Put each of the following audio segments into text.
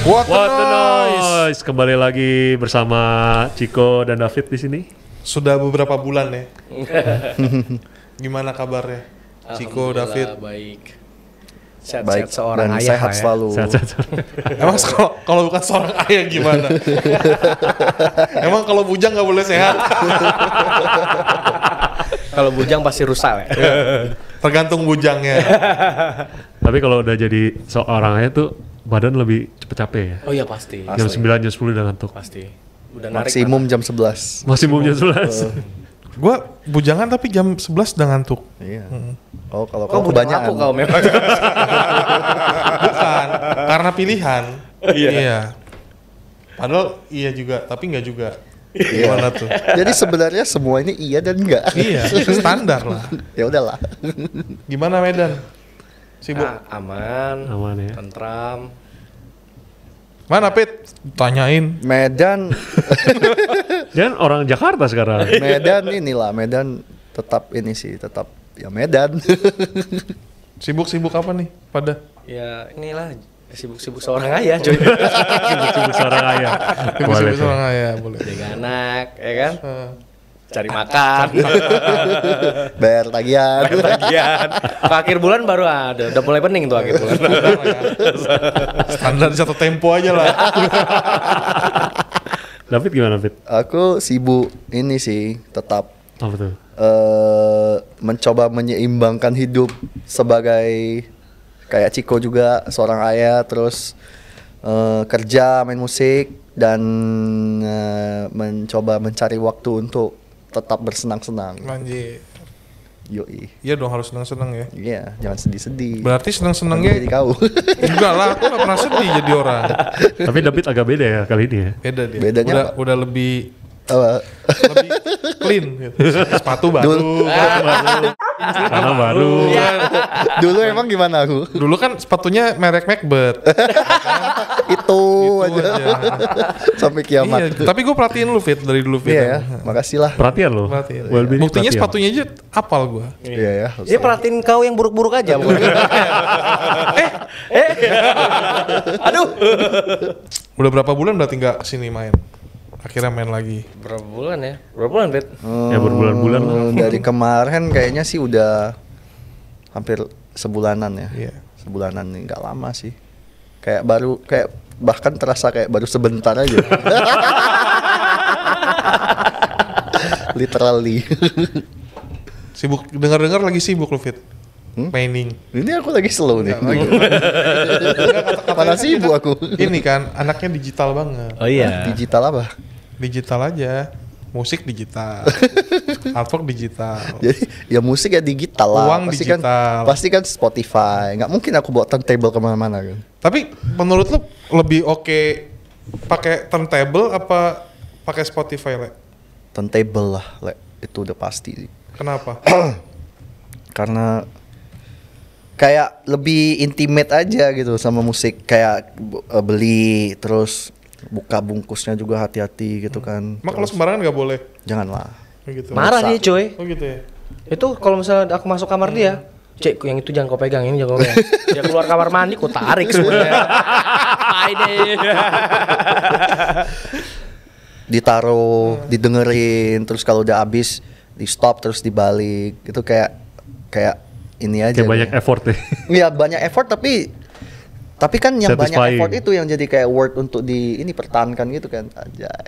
What, What a the noise. noise? Kembali lagi bersama Chico dan David di sini. Sudah beberapa bulan ya. Gimana kabarnya? Ciko, Alhamdulillah, David. baik sehat, baik sehat seorang dan ayah sehat lah ya. selalu. Sehat-sehat. Emang kalau- kalau bukan seorang ayah gimana? Emang kalau bujang nggak boleh sehat? kalau bujang pasti rusak ya Iya. Tergantung bujangnya. Tapi kalau udah jadi seorang aja tuh badan lebih cepet capek ya. oh iya pasti Jam 9, jam 10 udah ngantuk. pasti udah narik Maksimum jam 11. Masih mau jam 11. Gua bujangan tapi jam 11 udah ngantuk. Iya. Oh, kalau Hmm. kok kamu bujang kebanyakan. aku kau memang Bukan, karena pilihan. iya. Padahal iya juga, tapi nggak juga. Iya. Gimana tuh? Jadi sebenarnya semua ini iya dan enggak. Iya, standar lah. ya udahlah. Gimana Medan? Sibuk? Ah, aman Aman ya. tentram Mana Pit? Tanyain. Medan Dan Kan orang Jakarta sekarang. Medan inilah Medan tetap ini sih tetap ya Medan. Sibuk-sibuk apa nih? Pada? ya inilah sibuk-sibuk seorang ayah cuy Sibuk-sibuk seorang ayah. Boleh Sibuk-sibuk tuh. orang ayah, boleh. jaga anak ya kan Eh. cari makan Bayar tagihan. bagian akhir bulan baru ada udah mulai pening tuh akhir bulan ya. standar satu tempo aja lah David gimana, Fit? Aku sibuk ini sih tetap Apa tuh? eh mencoba menyeimbangkan hidup sebagai kayak Ciko juga seorang ayah terus eh, kerja main musik dan eh, mencoba mencari waktu untuk tetap bersenang-senang. Manji Yoi. iya dong harus senang senang ya Iya, jangan sedih-sedih. berarti senang Nanti jadi senangnya kau. enggak lah aku gak pernah sedih jadi orang Tapi David agak beda ya kali ini ya. beda dia Bedanya udah, apa? udah lebih Apa? lebih clean gitu. sepatu baru Dul. Karena baru. Iya. Dulu emang gimana aku? dulu kan sepatunya merek Macbeth Itu, Itu aja. aja. Sampai iya kiamat. tapi gue perhatiin lu fit dari dulu fit Iya ya, makasih lah. Perhatian loh. perhatiin Iya. Well being buktinya perhatian. sepatunya aja apal gue Iya ya. harus. dia perhatiin kau yang buruk-buruk aja bukan? eh eh aduh udah berapa bulan berarti nggak kesini main akhirnya main lagi Berapa bulan ya? Berapa bulan, Bet? Ya berbulan-bulan lah. Hmm, dari kemarin kayaknya sih udah hampir sebulanan ya. Iya. Sebulanan nih nggak lama sih. Kayak baru kayak bahkan terasa kayak baru sebentar aja. Literally. sibuk dengar dengar lagi sibuk lu fit Maining Ini aku lagi slow nih. Mana sibuk aku? ini kan anaknya digital banget Oh iya. Digital apa? digital aja musik digital artwork digital Jadi ya musik ya digital lah. Uang pasti digital. kan pasti kan Spotify. Nggak mungkin aku bawa turntable kemana-mana kan. tapi menurut lu lebih oke pakai turntable apa pakai Spotify le Turntable lah, Le. itu udah pasti. kenapa karena kayak lebih intimate aja gitu sama musik kayak bu- eh, beli terus buka bungkusnya juga hati-hati gitu Hmm. kan emang kalau sembarangan nggak boleh janganlah Oh gitu Marah dia, coy. oh gitu ya Itu kalau misalnya aku masuk kamar dia, Cek, yang itu jangan kau pegang, ini jangan kau pegang. Hmm. dia keluar kamar mandi, kau tarik semuanya. Apain deh. Hmm. ditaruh didengerin terus kalau udah habis di stop terus dibalik itu kayak kayak ini aja Kayak banyak nih. effort ya. Iya banyak effort tapi tapi kan yang Satisfying. banyak effort itu yang jadi kayak word untuk di ini pertahankan gitu kan aja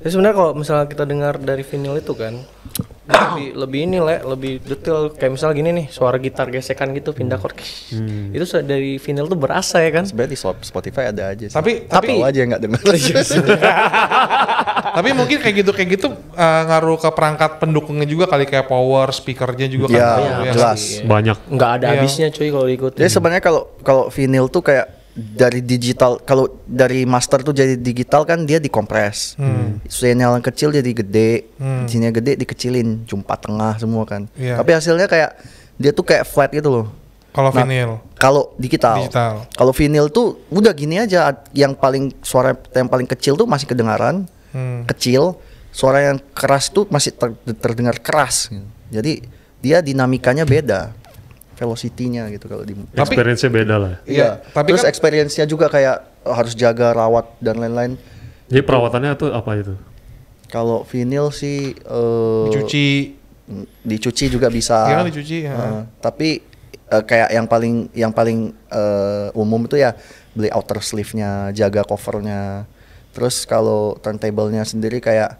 Jadi sebenarnya kalau misalnya kita dengar dari vinyl itu kan lebih lebih ini le, lebih detail kayak misalnya gini nih suara gitar gesekan gitu pindah chord itu sudah dari vinyl tuh berasa ya kan sebenarnya di Spotify ada aja sih. Tapi- tapi- Tahu aja yang nggak denger tapi mungkin kayak gitu kayak gitu eh, ngaruh ke perangkat pendukungnya juga kali kayak power speakernya juga Iya, ngaruh ya. jelas. Banyak. nggak ada Iya. habisnya cuy kalau diikutin Jadi sebenarnya kalau kalau vinyl tuh kayak dari digital kalau dari master tuh jadi digital kan dia dikompres. Sinyal yang kecil jadi gede, sinyal gede dikecilin, jumpa tengah semua kan. Iya. Tapi hasilnya kayak dia tuh kayak flat gitu loh. kalau Nah, vinyl Kalau digital. Digital. Kalau vinyl tuh udah gini aja yang paling suara yang paling kecil tuh masih kedengaran, Hmm. kecil. Suara yang keras tuh masih ter- terdengar keras. gitu. Jadi dia dinamikanya beda. velocity-nya gitu kalau di Tapi- Experience-nya beda lah. Iya. Iya, tapi Terus kan- experience-nya juga kayak eh, harus jaga rawat dan lain-lain. Jadi perawatannya tuh apa itu? Kalau vinil sih eh, Cuci mm, dicuci juga bisa. Iya kan dicuci, ya. Eh, tapi eh, kayak yang paling yang paling eh, umum itu ya beli outer sleeve-nya, jaga covernya. Terus kalau turntable-nya sendiri kayak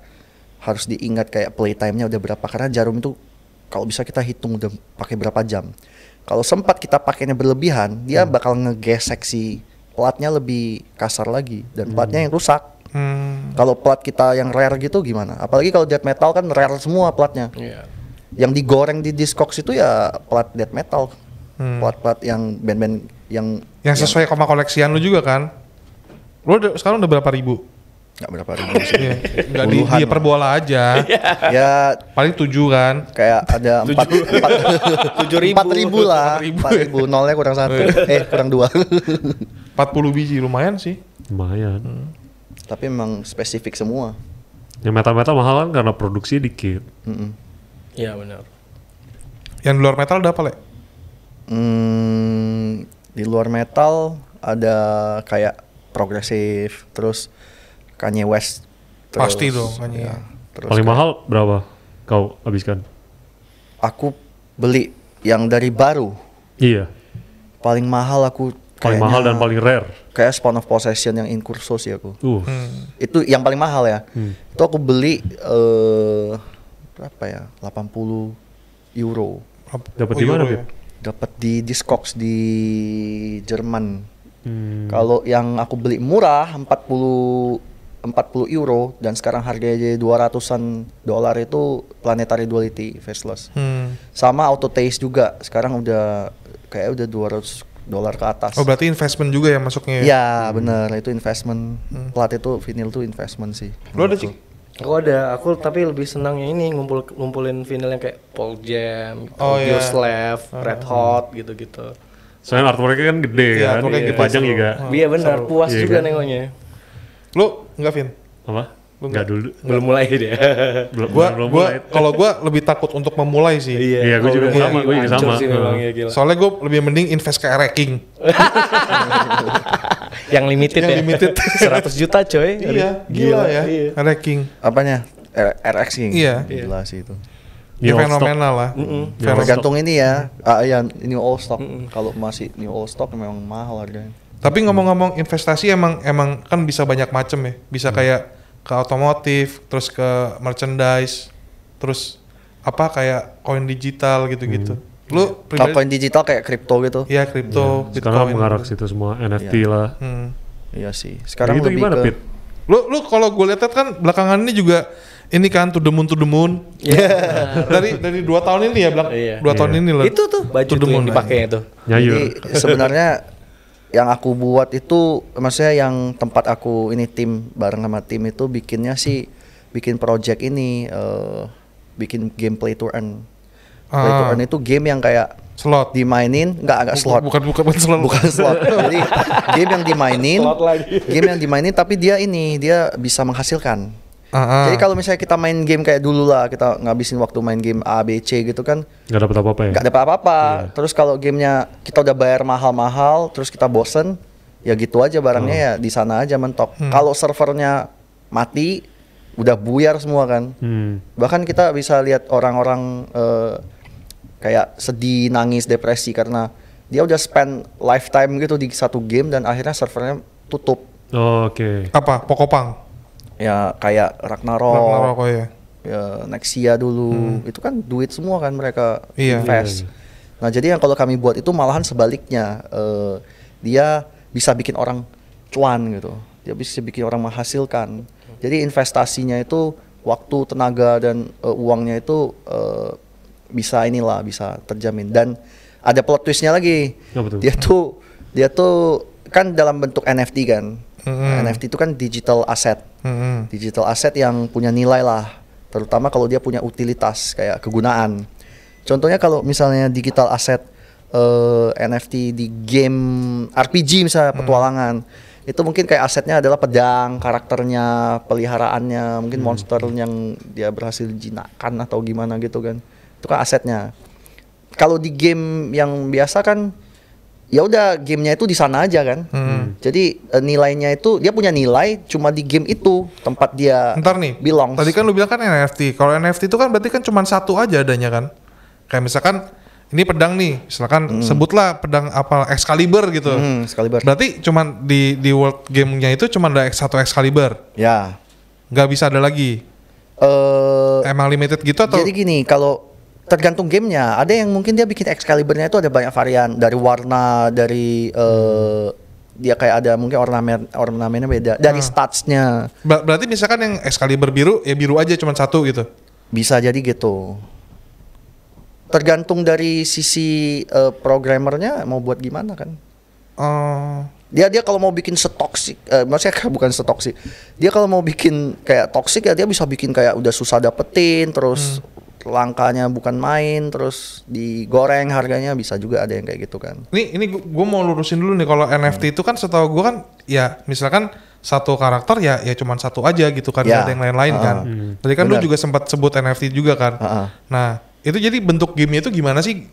harus diingat kayak playtime-nya udah berapa karena jarum itu kalau bisa kita hitung udah pakai berapa jam. Kalau sempat kita pakainya berlebihan, dia Hmm. bakal ngegesek si platnya lebih kasar lagi dan platnya yang rusak. hmm, Kalau plat kita yang rare gitu gimana? Apalagi kalau death metal kan rare semua platnya. Iya. Yang digoreng di Discogs itu ya plat death metal. Hmm. Plat-plat yang band-band yang yang sesuai sama koleksian lu juga kan? Lu udah- sekarang udah berapa ribu? nggak berapa ribu sih. Iya, nggak di, Puluhan dia lah. per bola aja. ya Paling tujuh kan? kayak ada empat empat Tujuh ribu. Oh, iya. empat ribu lah Empat ribu. empat ribu nolnya kurang satu eh kurang dua 40 biji lumayan sih. Lumayan. tapi memang spesifik semua Yang metal-metal mahal kan karena produksi dikit. Mm-mm. Iya benar. Yang di luar metal ada apa, Le? Hmm, di luar metal ada kayak progresif, terus Kanye West. terus- Pasti dong, Kanye. ya, terus Paling kayak- mahal berapa kau habiskan? Aku beli yang dari baru. Iya. Paling mahal aku Paling kayaknya mahal dan paling rare. kayak Spawn of Possession yang Incurso sih aku. Uh. Hmm. Itu yang paling mahal ya. Hmm. Itu aku beli eh berapa ya? 80 euro. Dapat di mana, euro Fit? Dapat di Discogs di Jerman. Hmm. Kalau yang aku beli murah 40 40 euro dan sekarang harganya jadi 200-an dolar itu Planetary Duality Faceless. Hmm. Sama Auto Taste juga sekarang udah kayak udah 200 dolar ke atas. Oh, berarti investment juga ya masuknya. ya? Ya bener itu investment Hmm. plat itu vinyl tuh investment sih. Lu ada, Cik? Aku ada, aku tapi lebih senang yang ini ngumpul ngumpulin vinyl yang kayak Paul Jam, Oh, iya. Audioslave, Red Hot gitu-gitu. Soalnya artworknya kan gede Iya, kan. artworknya gede Panjang seru. juga. Iya benar, puas Iya, juga kan? nengoknya. Lu enggak, Vin? Apa? Enggak dulu. Belum mulai dia. Belum Gua belum gua mulai. kalau gua lebih takut untuk memulai sih. Iya, gua kalau juga udah sama, mulai gua juga hancur sama. sih memang, Heeh. ya, gila. Soalnya gua lebih mending invest ke ranking. Oh yang limited Yang ya. limited. 100 juta coy. Iya, Aduh, gila, ya. Iya. Ranking. Apanya? R- RX ini. Iya. Gila sih itu. Ya, New old Iya, stock. fenomenal lah. New old Fenomenal. stock. Tergantung ini ya. Ah ya new all stock. Kalau masih new all stock memang mahal harganya. Tapi ngomong-ngomong investasi emang emang kan bisa banyak macem ya. Bisa Mm. kayak ke otomotif, terus ke merchandise, terus apa kayak koin digital gitu-gitu. Mm. Lu Kalau pribadi koin digital kayak kripto gitu. ya kripto, Iya. Sekarang Bitcoin. mengarah ke situ semua NFT Iya. lah. Hmm. Iya sih. Sekarang itu lebih gimana, ke Pit? Lu lu kalau gue lihat kan belakangan ini juga ini kan to the moon to the moon. dari dari dua tahun ini ya belak Iya. dua tahun Iya. ini lah. Itu tuh baju To the tuh yang moon. dipakainya tuh. Nyayur. Jadi sebenarnya yang aku buat itu maksudnya yang tempat aku ini tim bareng sama tim itu bikinnya sih bikin project ini eh, bikin game play to earn. Play to Ah. earn itu game yang kayak Slot. dimainin nggak agak slot. Bukan bukan bukan slot. Bukan slot. Jadi game yang dimainin, Slot lagi. game yang dimainin tapi dia ini dia bisa menghasilkan. Ah, ah. Jadi kalau misalnya kita main game kayak dulu lah kita ngabisin waktu main game A B C gitu kan Enggak dapat apa-apa ya? nggak dapat apa-apa. Terus kalau gamenya kita udah bayar mahal-mahal, terus kita bosen, ya gitu aja barangnya ya di sana aja mentok. Kalau servernya mati, udah buyar semua kan. Hmm. Bahkan kita bisa lihat orang-orang eh, kayak sedih, nangis, depresi karena dia udah spend lifetime gitu di satu game dan akhirnya servernya tutup. Oke. apa? Pokopang. Ya kayak Ragnarok, Ragnarok oh ya. ya, Nexia dulu itu kan duit semua kan mereka Iya. invest. Hmm. Iya, Nah jadi yang kalau kami buat itu malahan sebaliknya eh, dia bisa bikin orang cuan gitu, dia bisa bikin orang menghasilkan. Jadi investasinya itu waktu, tenaga dan eh, uangnya itu eh, bisa inilah bisa terjamin dan ada plot twistnya lagi. Apa tuh? Dia tuh dia tuh kan dalam bentuk NFT kan. Hmm. Mm-mm. NFT itu kan digital asset Mm-mm. digital aset yang punya nilai lah terutama kalau dia punya utilitas kayak kegunaan contohnya kalau misalnya digital aset eh, NFT di game RPG misalnya petualangan itu mungkin kayak asetnya adalah pedang karakternya peliharaannya mungkin monster yang dia berhasil jinakan atau gimana gitu kan itu kan asetnya kalau di game yang biasa kan ya udah gamenya itu di sana aja kan. Hmm. Jadi eh, nilainya itu dia punya nilai cuma di game itu tempat Uh, dia Ntar nih, belongs. tadi kan lu bilang kan NFT. Kalau NFT itu kan berarti kan cuma satu aja adanya kan. Kayak misalkan ini pedang nih, misalkan Hmm. sebutlah pedang apa Excalibur gitu. Hmm, Excalibur. Berarti cuman di di world gamenya itu cuma ada X1 Excalibur, Ya. nggak bisa ada lagi. Eh Emang limited gitu atau? Jadi gini, kalau tergantung gamenya, ada yang mungkin dia bikin Excalibur-nya itu ada banyak varian dari warna, dari Hmm. eh, dia kayak ada mungkin ornamen ornamennya beda, dari statsnya Ber- berarti misalkan yang Excalibur biru ya biru aja cuma satu gitu. bisa jadi gitu. Tergantung dari sisi eh, programmernya mau buat gimana kan. Oh, Dia dia kalau mau bikin setoksik, eh, maksudnya bukan setoksik. Dia kalau mau bikin kayak toksik ya dia bisa bikin kayak udah susah dapetin, terus langkanya bukan main, terus digoreng harganya bisa juga ada yang kayak gitu kan. ini ini gue mau lurusin dulu nih kalau Hmm. NFT itu kan setahu gue kan ya misalkan satu karakter ya ya cuma satu aja gitu kan nggak Ya. ada yang lain-lain Ah. kan. Tadi kan lu Benar. juga sempat sebut NFT juga kan. Ah. Nah itu jadi bentuk gamenya itu gimana sih?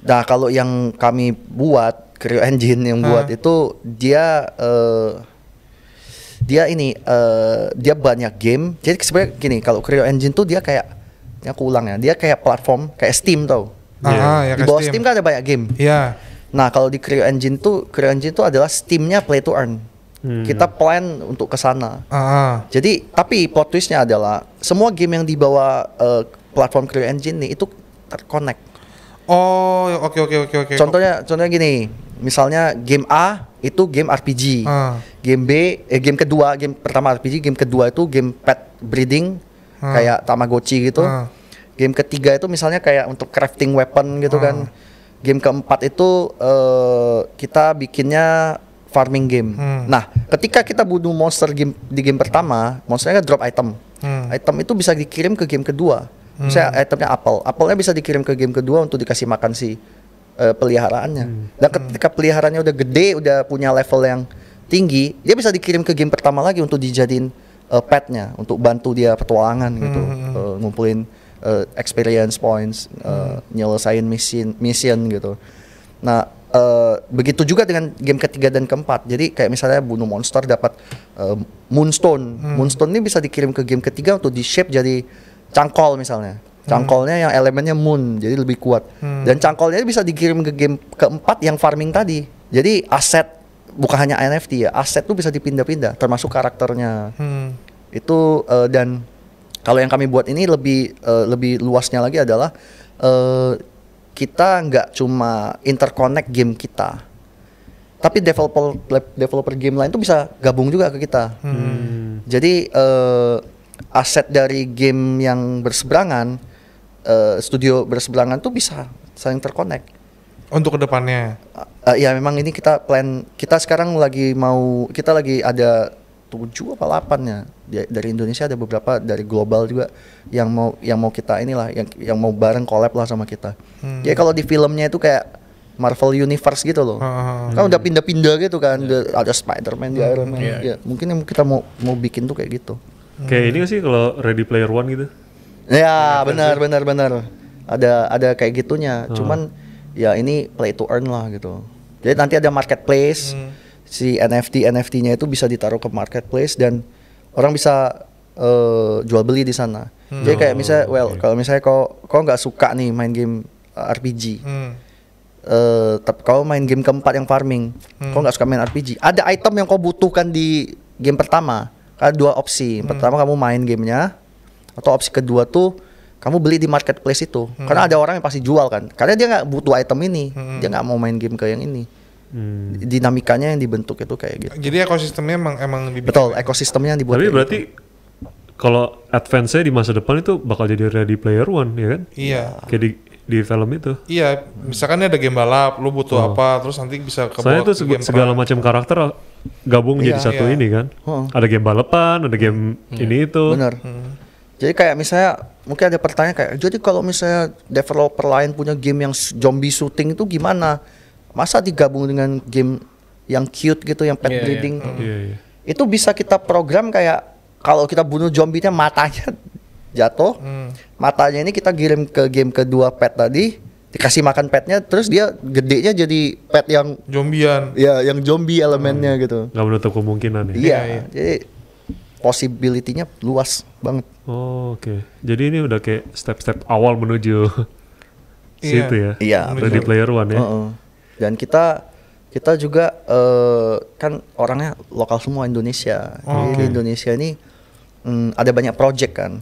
Nah kalau yang kami buat Creo Engine yang Ah. buat itu dia eh, dia ini eh, dia banyak game. Jadi sebenarnya gini kalau Creo Engine tuh dia kayak ini aku ulang ya dia kayak platform kayak Steam tau. Ah, Iya. ah, ya Di kayak bawah Steam. kan ada banyak game. Iya. Nah kalau di Creo Engine tuh Creo Engine tuh adalah Steamnya play to earn. Hmm. Kita plan untuk ke sana. Ah, ah. Jadi tapi plot twistnya adalah semua game yang dibawa eh, platform Creo Engine nih itu terconnect. Oh, ya, oke oke oke oke. Contohnya contohnya gini, misalnya game A itu game RPG. Ah. Game B eh, game kedua, game pertama RPG, game kedua itu game pet breeding Ah. kayak Tamagotchi gitu. Ah. Game ketiga itu misalnya kayak untuk crafting weapon gitu Ah. kan. Game keempat itu eh, kita bikinnya farming game. Hmm. Nah, ketika kita bunuh monster game di game pertama, monsternya kan drop item. Hmm. Item itu bisa dikirim ke game kedua. Misalnya itemnya apel, apelnya bisa dikirim ke game kedua untuk dikasih makan si eh, peliharaannya. Dan ketika peliharaannya udah gede, udah punya level yang tinggi, dia bisa dikirim ke game pertama lagi untuk dijadiin eh, petnya, untuk bantu dia petualangan gitu, Eh, ngumpulin eh, experience points, eh, nyelesain mission mission gitu. Nah, eh, begitu juga dengan game ketiga dan keempat. Jadi kayak misalnya bunuh monster dapat eh, moonstone. Moonstone ini bisa dikirim ke game ketiga untuk di shape jadi cangkol misalnya. Cangkolnya yang elemennya moon, jadi lebih kuat. Dan cangkolnya bisa dikirim ke game keempat yang farming tadi. Jadi aset bukan hanya NFT ya, aset tuh bisa dipindah-pindah, termasuk karakternya Hmm. itu eh, dan kalau yang kami buat ini lebih eh, lebih luasnya lagi adalah eh, kita nggak cuma interconnect game kita tapi developer developer game lain tuh bisa gabung juga ke kita Hmm. jadi eh, aset dari game yang berseberangan eh, studio berseberangan tuh bisa saling terconnect Untuk kedepannya. Eh, ya memang ini kita plan kita sekarang lagi mau kita lagi ada tujuh apa delapan ya Di- dari Indonesia ada beberapa dari global juga yang mau yang mau kita inilah yang yang mau bareng collab lah sama kita. Hmm. Ya kalau di filmnya itu kayak Marvel Universe gitu loh. Ah, Hmm. Kan udah pindah-pindah gitu kan. Udah Ada Spider-Man, di Iron Man. Ya, mungkin yang kita mau mau bikin tuh kayak gitu. Kayak ini nggak sih kalau Ready Player One gitu. Ya, benar benar benar. Ada ada kayak gitunya. Cuman ya ini play to earn lah gitu. Jadi nanti ada marketplace. Si NFT NFT-nya itu bisa ditaruh ke marketplace dan orang bisa eh, jual beli di sana. Jadi kayak misalnya well, kalau misalnya kau kau nggak suka nih main game eh, RPG. Hmm. Eh, tapi kau main game keempat yang farming, kau nggak suka main RPG. Ada item yang kau butuhkan di game pertama. Ada dua opsi. Pertama kamu main gamenya, atau opsi kedua tuh kamu beli di marketplace itu. Karena ada orang yang pasti jual kan. Karena dia nggak butuh item ini, dia nggak mau main game ke yang ini. Hmm. Dinamikanya yang dibentuk itu kayak gitu. Jadi ekosistemnya emang emang dibikin. Betul, ekosistemnya yang dibuat. Tapi kayak berarti kalau advance-nya di masa depan itu bakal jadi Ready Player One ya kan? Iya. Kayak di di film itu. Iya, misalkan ini ada game balap, lu butuh apa, terus nanti bisa ke Soalnya bawah itu ke seg- game segala perang. macam karakter uh, gabung jadi Iya, satu iya. ini kan. Heeh. Ada game balapan, ada game ini itu. Benar. Jadi kayak misalnya mungkin ada pertanyaan kayak jadi kalau misalnya developer lain punya game yang s- zombie shooting itu gimana? Masa digabung dengan game yang cute gitu yang Iya, pet iya. breeding? Iya, iya. Itu bisa kita program kayak kalau kita bunuh zombinya matanya jatuh. Matanya ini kita kirim ke game kedua pet tadi. dikasih makan petnya terus dia gedenya jadi pet yang Jombian. ya yang zombie elemennya gitu nggak menutup kemungkinan ya. iya iya. jadi possibility-nya luas banget Oh, Oke, jadi ini udah kayak step-step awal menuju Iya. situ ya. Iya, Ready Player One ya. Heeh. dan kita kita juga eh, kan orangnya lokal semua Indonesia Jadi di Indonesia ini mm, ada banyak project kan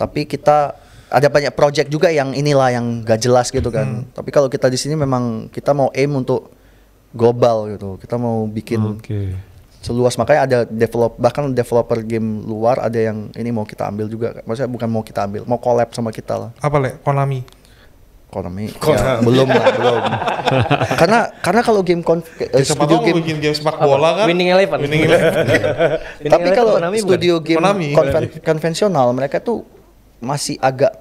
tapi kita ada banyak project juga yang inilah yang gak jelas gitu kan tapi kalau kita di sini memang kita mau aim untuk global gitu kita mau bikin Oke. seluas makanya ada develop bahkan developer game luar ada yang ini mau kita ambil juga maksudnya bukan mau kita ambil mau collab sama kita lah Apa le? Konami. Konami Konami. Ya, belum lah belum karena karena kalau game kon eh, Siapa studio tahu game lu bikin game sepak bola kan? Winning Eleven. Winning Eleven. Winning Eleven tapi kalau Konami bukan? studio game Konami. konven- konvensional mereka tuh masih agak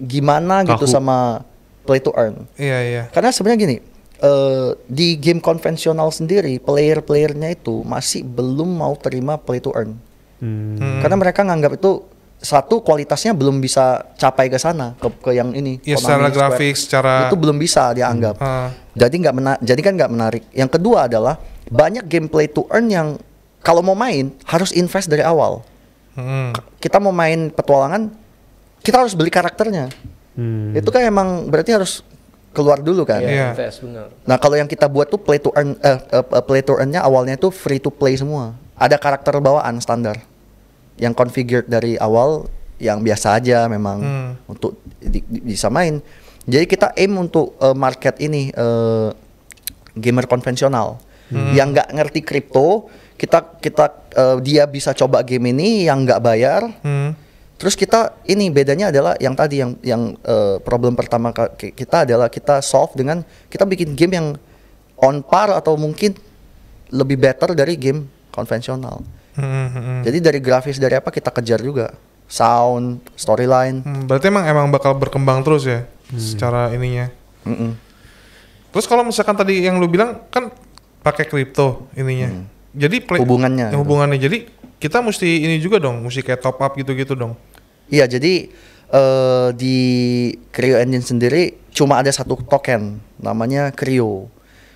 gimana gitu Kaku. sama play to earn Iya iya. karena sebenarnya gini eh, di game konvensional sendiri player-playernya itu masih belum mau terima play to earn Hmm. Hmm. Karena mereka nganggap itu satu kualitasnya belum bisa capai ke sana ke, ke yang ini. Iya, Konami secara Square. grafik, secara itu belum bisa dianggap. Ah. Jadi nggak mena- jadi kan nggak menarik. Yang kedua adalah banyak gameplay to earn yang kalau mau main harus invest dari awal. Hmm. Kita mau main petualangan, kita harus beli karakternya. Hmm. Itu kan emang berarti harus keluar dulu kan. Iya. Iya, invest benar. Nah kalau yang kita buat tuh play to earn eh, eh, eh, play to earn-nya awalnya tuh free to play semua. Ada karakter bawaan standar yang configured dari awal yang biasa aja memang Hmm. untuk di- di- disamain. Jadi kita aim untuk eh, market ini eh, gamer konvensional yang nggak ngerti kripto. Kita kita eh, dia bisa coba game ini yang nggak bayar Hmm. Terus kita ini bedanya adalah yang tadi yang yang eh, problem pertama ka- ki- kita adalah kita solve dengan kita bikin game yang on par atau mungkin lebih better dari game konvensional. Hmm. hmm. Jadi dari grafis dari apa kita kejar juga sound, storyline. Hmm, Berarti emang emang bakal berkembang terus ya Hmm. secara ininya. Mm-mm. Terus kalau misalkan tadi yang lu bilang kan pakai kripto ininya. Jadi play- Hmm. Hubungannya ya, gitu. hubungannya. Jadi kita mesti ini juga dong, mesti kayak top up gitu-gitu dong. Iya, jadi eh, di Creo Engine sendiri cuma ada satu token namanya Creo.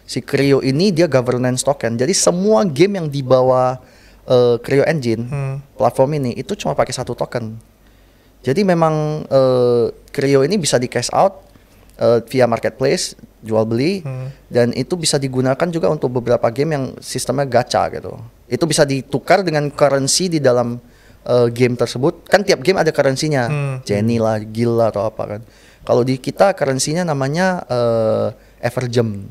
Si Creo ini dia governance token. Jadi semua game yang dibawa eh, Creo Engine Hmm. platform ini itu cuma pakai satu token. Jadi memang eh, Creo ini bisa di cash out eh, via marketplace jual beli Hmm. dan itu bisa digunakan juga untuk beberapa game yang sistemnya gacha gitu. Itu bisa ditukar dengan currency di dalam eh, game tersebut. Kan tiap game ada currency-nya. Hmm. Jenny lah, Gil lah atau apa kan. Kalau di kita currency-nya namanya eh, Evergem.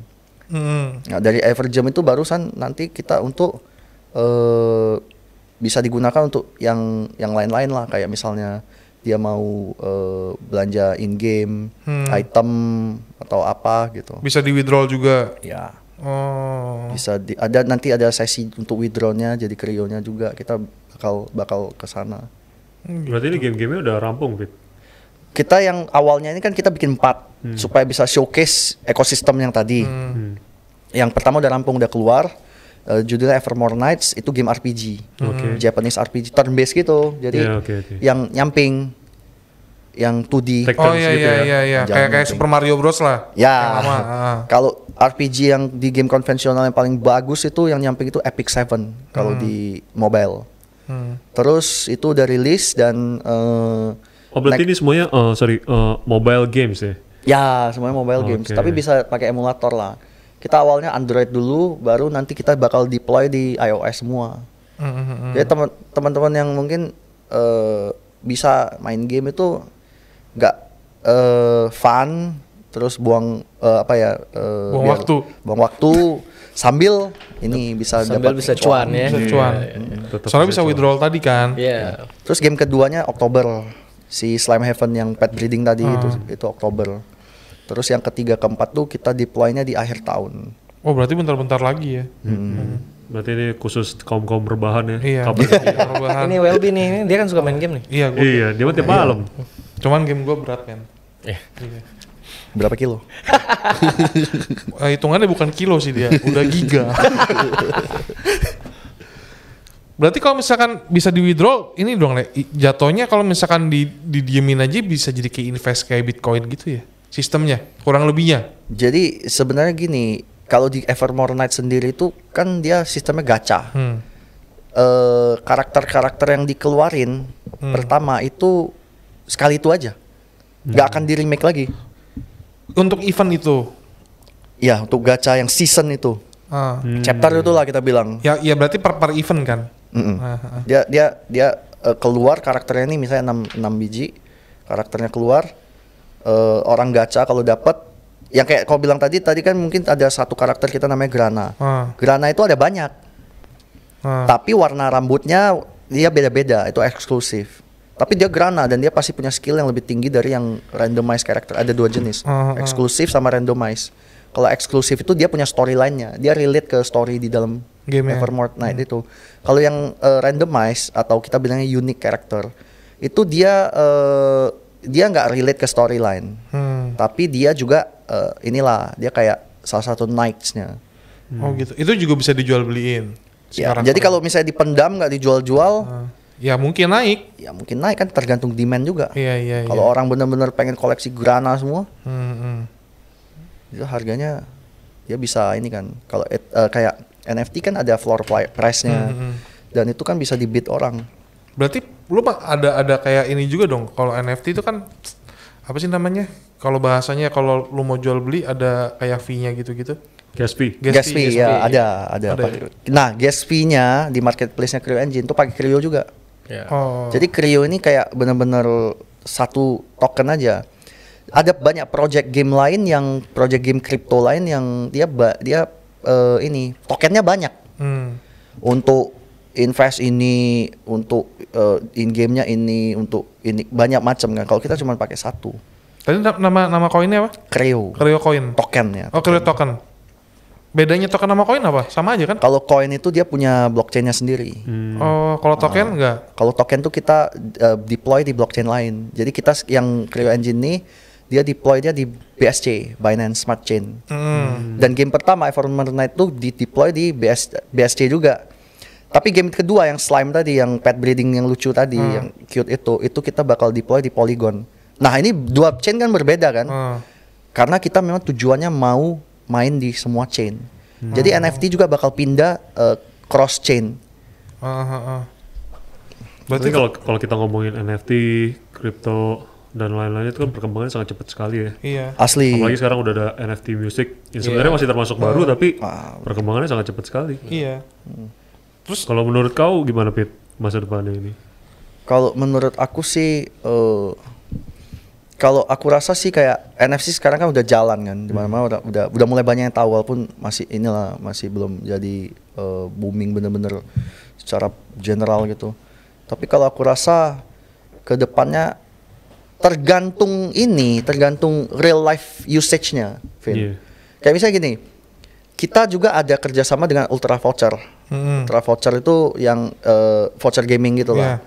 Hmm. Nah, dari Evergem itu barusan nanti kita untuk eh bisa digunakan untuk yang yang lain-lain lah kayak misalnya dia mau eh, belanja in game, Hmm. item atau apa gitu. Bisa di withdraw juga. Ya, Oh. bisa di, ada nanti ada sesi untuk withdrawnya jadi krionya juga kita bakal bakal ke sana. Berarti ini game-gamenya udah rampung, Fit. Kita yang awalnya ini kan kita bikin empat supaya bisa showcase ekosistem yang tadi. Hmm. Yang pertama udah rampung udah keluar eh, judulnya Evermore Nights itu game RPG. Oke. Hmm. Japanese RPG turn based gitu. Jadi Iya, oke, oke. yang nyamping yang 2D. Tek- Oh terms iya gitu iya ya. iya iya Jangan kayak kayak penting. Super Mario Bros lah. Ya. Yang lama. ah. Kalau RPG yang di game konvensional yang paling bagus itu yang nyamping itu Epic Seven Hmm. kalau di mobile. Hmm. Terus itu udah rilis dan eh, Oh berarti naik- ini semuanya, eh, sorry, eh, mobile games ya? ya semuanya mobile games, Oke. tapi bisa pakai emulator lah. Kita awalnya Android dulu, baru nanti kita bakal deploy di iOS semua. Hmm, hmm, hmm, hmm. Jadi teman- teman-teman yang mungkin eh, bisa main game itu nggak eh, fun, terus buang eh, apa ya? eh, Buang waktu. Buang waktu sambil ini bisa Sambil dapat bisa cuan ya. Bisa cuan. Iya. Tetap Soalnya bisa saja. withdrawal tadi kan. Iya. Terus game keduanya Oktober si Slime Heaven yang pet breeding tadi itu itu Oktober. Terus yang ketiga keempat tuh kita deploynya di akhir tahun. Oh berarti bentar-bentar lagi ya. Hmm. Berarti ini khusus kaum-kaum rebahan ya? Iya. Kapan- Perubahan. Ini Welby nih, ini dia kan suka main game nih. Iya gue. iya, dia mah tiap malam. Cuman game gue berat men. Berapa kilo? Eh, hitungannya bukan kilo sih dia, udah giga. Berarti kalau misalkan bisa di withdraw, ini dong le, i- jatuhnya kalau misalkan di didiemin aja bisa jadi kayak invest kayak Bitcoin gitu ya? sistemnya kurang lebihnya Jadi sebenarnya gini, kalau di Evermore Night sendiri itu kan dia sistemnya gacha. hmm. Eh, karakter-karakter yang dikeluarin Hmm. pertama itu sekali itu aja. nggak akan di remake lagi. untuk event itu Ya, untuk gacha yang season itu. ah. Hmm. Chapter itu lah kita bilang. ya ya berarti per per event kan Mm-mm. Ah, ah, ah. Dia dia dia eh, keluar karakternya ini misalnya 6, 6 biji. Karakternya keluar eh, orang gacha kalau dapat yang kayak kau bilang tadi tadi kan mungkin ada satu karakter kita namanya Grana. Ah, Grana itu ada banyak, ah. tapi warna rambutnya dia beda-beda, itu eksklusif. Tapi dia Grana dan dia pasti punya skill yang lebih tinggi dari yang randomized karakter. Ada dua jenis, Ah, ah. eksklusif sama randomized. Kalau eksklusif itu dia punya storyline-nya, dia relate ke story di dalam Game-nya. Hmm. Evermore Night itu. Kalau yang eh, randomized atau kita bilangnya unique karakter, itu dia eh, dia nggak relate ke storyline, Hmm. tapi dia juga eh, inilah dia kayak salah satu knights-nya. oh gitu itu juga bisa dijual beliin Hmm. Ya, jadi kalau misalnya dipendam nggak dijual-jual, ya mungkin naik ya mungkin naik kan tergantung demand juga. iya iya iya. Kalau orang benar-benar pengen koleksi grana semua, Hmm, hmm. itu harganya ya bisa ini kan. Kalau et- eh, kayak NFT kan ada floor pli- price-nya Hmm, hmm. dan itu kan bisa dibid orang. Berarti lu Pak, ada ada kayak ini juga dong. Kalau NFT itu kan apa sih namanya? Kalau bahasanya kalau lu mau jual beli ada kayak fee-nya gitu-gitu. Gaspi. Gas Gas fee, fee, gas ya fee. ada ada. Ada pakai- Nah, gas fee-nya di marketplace-nya Creo Engine itu pakai Creo juga. Ya. Oh. Jadi Creo ini kayak benar-benar satu token aja. Ada banyak project game lain yang project game crypto lain yang dia ba- dia eh, ini tokennya banyak. Hmm. untuk invest ini untuk eh, in gamenya ini untuk ini banyak macam kan kalau kita cuma pakai satu Tadi na- nama nama koinnya apa? Creo Creo coin. token ya Oh, Creo token. Bedanya token sama koin apa? Sama aja kan? kalau koin itu dia punya blockchainnya sendiri Oh, kalau token enggak. kalau token tuh kita eh, deploy di blockchain lain jadi kita s- yang Creo Engine ini dia deploy dia di BSC Binance Smart Chain Hmm. dan game pertama Evermore Night tuh di deploy di BS, BSC juga tapi game kedua yang slime tadi yang pet breeding yang lucu tadi Hmm. yang cute itu itu kita bakal deploy di Polygon nah ini dua chain kan berbeda kan Hmm. karena kita memang tujuannya mau main di semua chain Hmm. jadi NFT juga bakal pindah eh, cross chain Ah, ah, ah. Berarti Berarti kalau kalau kita ngomongin NFT, kripto dan lain-lainnya itu kan perkembangannya sangat cepat sekali ya. iya. asli Apalagi sekarang udah ada NFT music. Yang sebenarnya masih termasuk baru tapi Wow. perkembangannya sangat cepat sekali. Iya. Kalau menurut kau gimana Pit masa depannya ini? Kalau menurut aku sih, eh, kalau aku rasa sih kayak NFC sekarang kan udah jalan kan, di mana-mana udah, udah udah mulai banyak yang tahu walaupun masih inilah masih belum jadi eh, booming bener-bener secara general gitu. Tapi kalau aku rasa kedepannya tergantung ini, tergantung real life usage-nya, Vin. Iya. Kayak misalnya gini, kita juga ada kerjasama dengan Ultra Voucher. Hmm. Ultra voucher itu yang eh, voucher gaming gitu lah. Iya.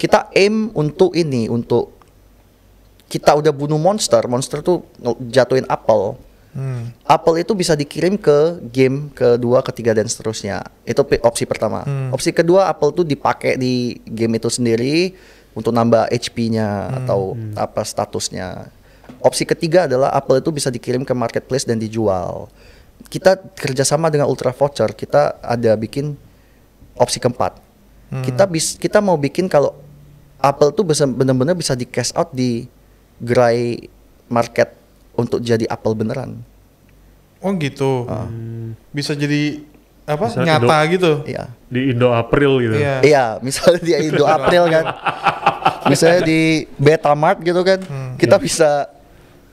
Kita aim untuk ini, untuk kita udah bunuh monster, monster tuh nge- jatuhin apel. Hmm. Apel itu bisa dikirim ke game kedua, ketiga dan seterusnya. Itu pi- opsi pertama. Hmm. Opsi kedua, apel tuh dipakai di game itu sendiri untuk nambah HP-nya atau apa statusnya. Opsi ketiga adalah apel itu bisa dikirim ke marketplace dan dijual. Kita kerjasama dengan Ultra Voucher, kita ada bikin opsi keempat. Kita bis, kita mau bikin kalau apel tuh bisa benar-benar bisa di cash out di gerai market untuk jadi apel beneran. Oh gitu. Bisa jadi apa? Bisa nyata gitu. Iya. Di Indo April gitu. Iya. Iya, misalnya di Indo April kan. misalnya di Betamart gitu kan. Kita bisa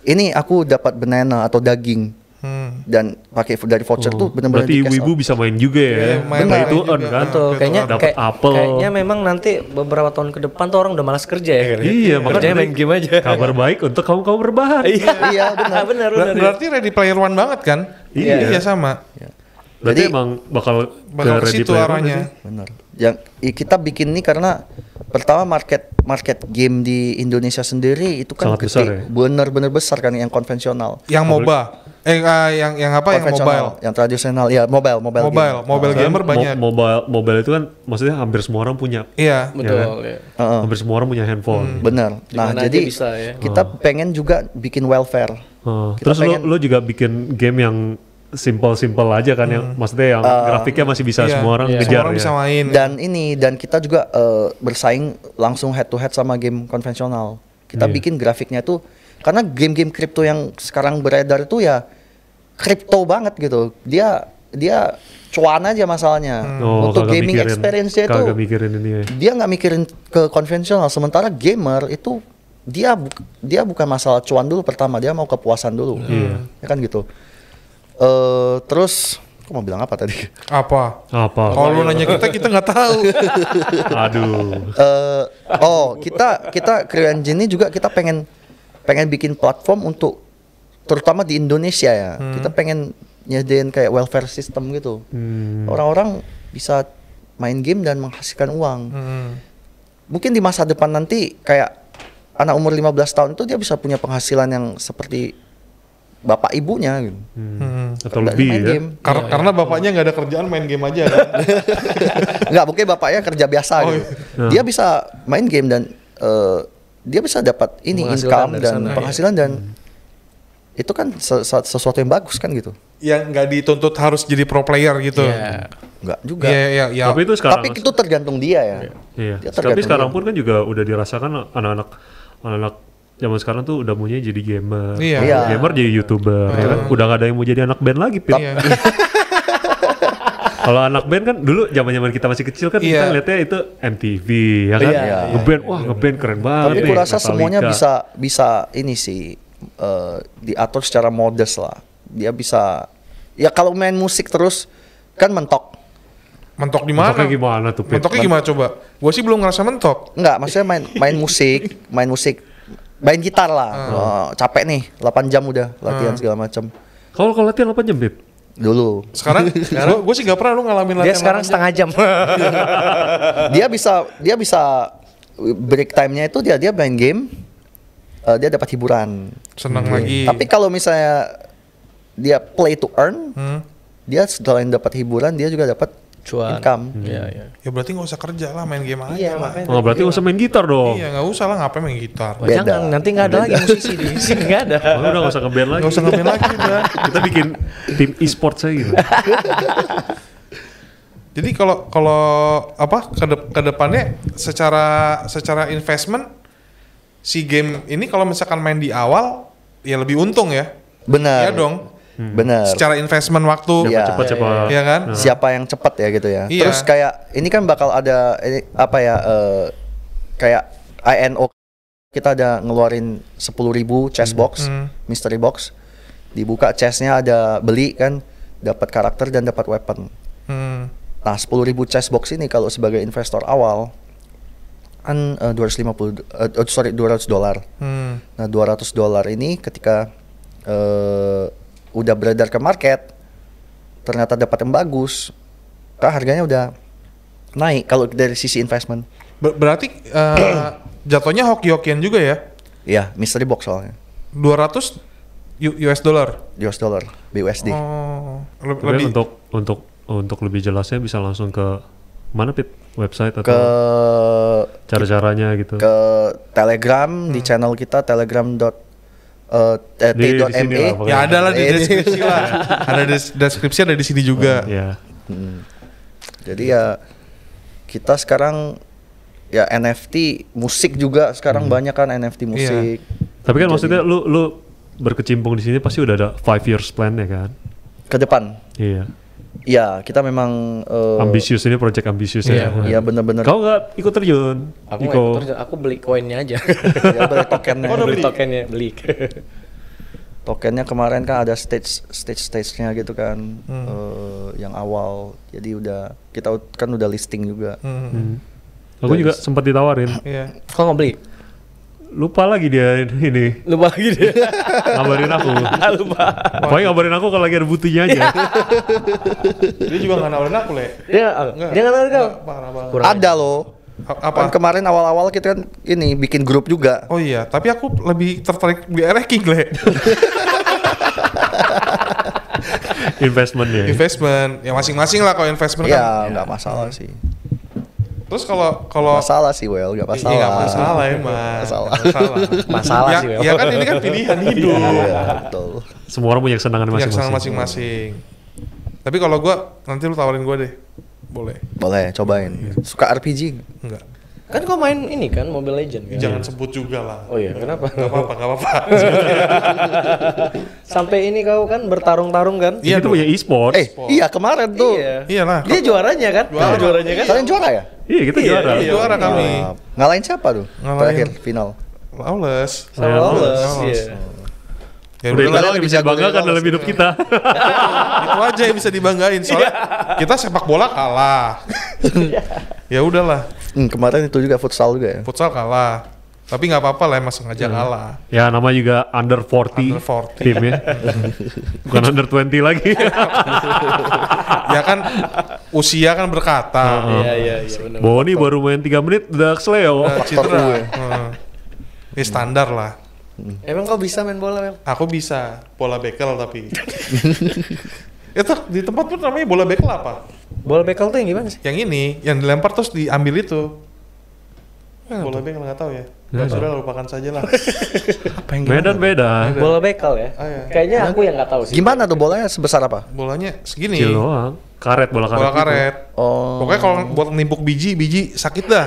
ini aku dapat banana atau daging Hmm. dan pakai dari voucher tuh Oh. benar-benar Berarti di cash ibu-ibu out. bisa main juga ya. Iya, main- Entah main itu juga. on kan. Betul. Kayaknya Dapat kayak- apel. kayaknya memang nanti beberapa tahun ke depan tuh orang udah malas kerja ya kayaknya. Iya, makanya Kerjanya main nanti game aja. Kabar baik untuk kaum-kaum berbahan. Iya, benar. benar Ber- benar. berarti ready player one banget kan? Iya. Iya sama. Berarti Jadi- emang bakal, Bakal ke Ready situ Player One arahnya. gak sih? Benar. Yang i- kita bikin ini karena pertama market market game di Indonesia sendiri itu kan Sangat besar ya? benar-benar besar kan yang konvensional. Yang MOBA. Eh ah, yang yang apa yang mobile? Konvensional, yang tradisional ya mobile, mobile. game. Mobile, mobile Kan gamer mo- banyak. mobile mobile itu kan maksudnya hampir semua orang punya. Iya. Betul kan? ya. Heeh. Hmm. Hampir semua orang punya handphone. Benar. Nah, Dimana aja jadi bisa ya. kita pengen juga bikin welfare. Oh, Kita terus pengen- lo lo juga bikin game yang simple-simple aja kan yang maksudnya yang grafiknya masih bisa Hmm. Iya, semua orang iya. ngejar Semua orang ya. bisa main. Dan ini dan kita juga eh, bersaing langsung head to head sama game konvensional. Kita Iya. bikin grafiknya tuh karena game-game kripto yang sekarang beredar itu ya kripto banget gitu. Dia dia cuan aja masalahnya. Oh, Untuk kagak gaming mikirin- experience-nya kagak tuh mikirin ini ya. dia nggak mikirin ke konvensional sementara gamer itu dia bu- dia bukan masalah cuan dulu pertama dia mau kepuasan dulu Iya. ya kan gitu eh terus aku mau bilang apa tadi Apa? Apa? Kalau lu nanya kita, kita nggak tahu. Aduh. eh oh kita kita Crew Engine ini juga kita pengen pengen bikin platform untuk terutama di Indonesia ya kita pengen nyediain kayak welfare system gitu Hmm. orang-orang bisa main game dan menghasilkan uang Hmm. mungkin di masa depan nanti kayak anak umur 15 tahun itu dia bisa punya penghasilan yang seperti bapak ibunya gitu. Hmm. Atau Dan lebih main ya. game. Kar- karena bapaknya nggak ada kerjaan main game aja kan? Nggak, mungkin bapaknya kerja biasa Oh, gitu. iya. Dia bisa main game dan eh, dia bisa dapat ini Penghasilan income dari dan sana, penghasilan dan Hmm. itu kan se- se- sesuatu yang bagus kan gitu. yang nggak dituntut harus jadi pro player gitu. Iya. Nggak juga. Iya, iya, iya. Tapi itu sekarang Tapi itu tergantung dia ya. Iya. Tapi Dia tergantung sekarang dia. pun kan juga udah dirasakan anak-anak anak-anak zaman sekarang tuh udah maunya jadi gamer. Iya. Kalau Iya. Gamer jadi YouTuber ya kan. Udah gak ada yang mau jadi anak band lagi, Pit. Iya. Kalau anak band kan dulu zaman-zaman kita masih kecil kan kita Iya. ngeliatnya itu MTV ya kan. Iya, iya, ngeband, wah ngeband keren banget Tapi nih, kurasa ah, Metallica. semuanya bisa bisa ini sih eh, diatur secara modest lah. Dia bisa ya kalau main musik terus kan mentok. Mentok di mana? Mentoknya gimana tuh, Pit? Mentoknya gimana coba? Gue sih belum ngerasa mentok. Enggak, maksudnya main main musik, main musik, main gitar lah. Oh, capek nih, 8 jam udah latihan segala macam. Kalau kalau latihan apa jam, Pit? Dulu Sekarang, gue sih nggak pernah lu ngalamin Dia latihan. sekarang latihan. setengah jam. dia bisa dia bisa break time-nya itu dia dia main game, eh, dia dapat hiburan. seneng lagi. Tapi kalau misalnya dia play to earn, Hmm. dia selain dapat hiburan, dia juga dapat Cuan. income. Iya, iya. Ya berarti nggak usah kerja lah, main game aja. Iya, lah. makanya. Oh, berarti usah main gitar dong. Iya, nggak usah lah ngapain main gitar. Oh, Beda. jangan, nanti nggak ada lagi musisi di sini nggak ada. Makanya udah gak usah ngeband lagi. Nggak usah ngapain lagi udah. Kita bikin tim e-sport saya gitu. Jadi kalau kalau apa ke, dep- ke depannya secara secara investment si game ini kalau misalkan main di awal ya lebih untung ya. Iya Benar. dong. Benar. Secara investment waktu Iya. Cepat cepat. ya kan? Siapa yang cepat ya gitu ya. Iya. Terus kayak ini kan bakal ada ini, apa ya eh, kayak INO kita ada ngeluarin 10.000 chess box, Hmm. mystery box. Dibuka chestnya ada beli kan dapat karakter dan dapat weapon. Hmm. Nah, 10.000 chess box ini kalau sebagai investor awal kan eh, 250 eh, eh, sorry 200 dolar. Hmm. Nah, 200 dolar ini ketika eh, udah beredar ke market, ternyata dapat yang bagus, kan harganya udah naik kalau dari sisi investment. Ber- berarti eh, jatuhnya hoki-hokian juga ya. Iya, mystery box soalnya. 200 U- US dollar. US dollar, BUSD. Oh, le- Tapi lebih untuk untuk untuk lebih jelasnya bisa langsung ke mana Pip? Website Ke atau cara-caranya gitu. ke Telegram di channel kita telegram. dot, eh, eh, Hmm. Di- di t.me. sini lah pokoknya. ya ada lah di Iya. Eh, di- deskripsi lah. Ada des- deskripsi ada di sini juga. Iya. Jadi ya kita sekarang ya NFT musik juga Hmm. sekarang banyak kan Iya. NFT musik. Tapi kan maksudnya lu lu berkecimpung di sini pasti udah ada five years plan ya kan? Ke depan Iya. Ya, kita memang eh, ambisius ini project ambisius ya. Iya, Iya bener-bener. Kau nggak ikut terjun? Aku Iko. nggak ikut terjun, aku beli koinnya aja. Ya, beli tokennya. Aku beli tokennya, beli. Tokennya kemarin kan ada stage stage stage-nya gitu kan. Hmm. eh, yang awal. Jadi udah kita ut- kan udah listing juga. Hmm. Hmm. Aku juga sempat ditawarin. Iya. Kok nggak beli? Lupa lagi dia ini Lupa lagi deh. ngabarin aku. Lupa. Iya. Pokoknya ngabarin aku kalau lagi ada butuhnya aja. Dia juga nggak nawarin aku, Le. Dia Iya, ah. dia nggak tahu kau. Parah banget. Kurang Ada loh. A- Kan Apa? kemarin awal-awal kita kan ini bikin grup juga. Oh iya, tapi aku lebih tertarik BR King, Le. Investment ya. Iya. investment. Ya masing-masing lah kalau investment kan. ya nggak masalah sih. Terus kalau kalau masalah sih well Iya, nggak masalah nggak masalah emang. Masalah. Nggak Masalah ya, sih, Wel. Ya kan ini kan pilihan hidup. Iya, betul Semua orang punya kesenangan Punya masing-masing. kesenangan masing-masing. Tapi kalau gua nanti lu tawarin gua deh. Boleh. boleh cobain suka RPG Enggak. Kan kau main ini kan Mobile Legend kan? Jangan sebut juga lah. Oh iya, kenapa? Enggak Iya. apa-apa, enggak apa-apa. Sampai ini kau kan bertarung-tarung kan? Iya, itu punya e-sport. eh iya kemarin tuh Iya. Iya lah. Dia juaranya kan? Juara. Juaranya kan? kalian juara ya Iya, kita Iya, juara. Iya, juara kami. Nah, ngalahin siapa tuh Ngalahin- terakhir final Lawless. Saya Lolos, lolos. iya. Ya Udah itu udah lah, aja yang bisa dijago dari dibanggakan lolos dalam hidup kita. itu aja yang bisa dibanggain soalnya kita sepak bola kalah. ya udahlah, hmm, kemarin itu juga futsal juga ya futsal kalah. Tapi nggak apa-apa lah, emang sengaja kalah. ya, namanya juga under 40, Under 40. tim ya. Bukan under 20 lagi. ya kan usia kan berkata. Iya, iya, iya benar. Oh. Boni baru main 3 menit udah kesleo. Eh, faktor cedera. U ya. Heeh. Ya standar lah. Emang kau bisa main bola, Mel? Aku bisa bola bekel tapi. itu di tempat pun namanya bola bekel apa? Bola bekel tuh yang gimana sih? Yang ini yang dilempar terus diambil itu. bola bekel nggak tahu ya. Nggak Nggak tahu. sudah lupakan saja lah. Medan beda. Bola bekel ya? Ah, iya. Kayaknya aku yang nggak tahu sih. Iya. gimana tuh bolanya sebesar apa Bolanya segini. Kecil doang. Karet bola karet. bola gitu. karet. oh Pokoknya kalau buat nimpuk biji, biji sakit dah.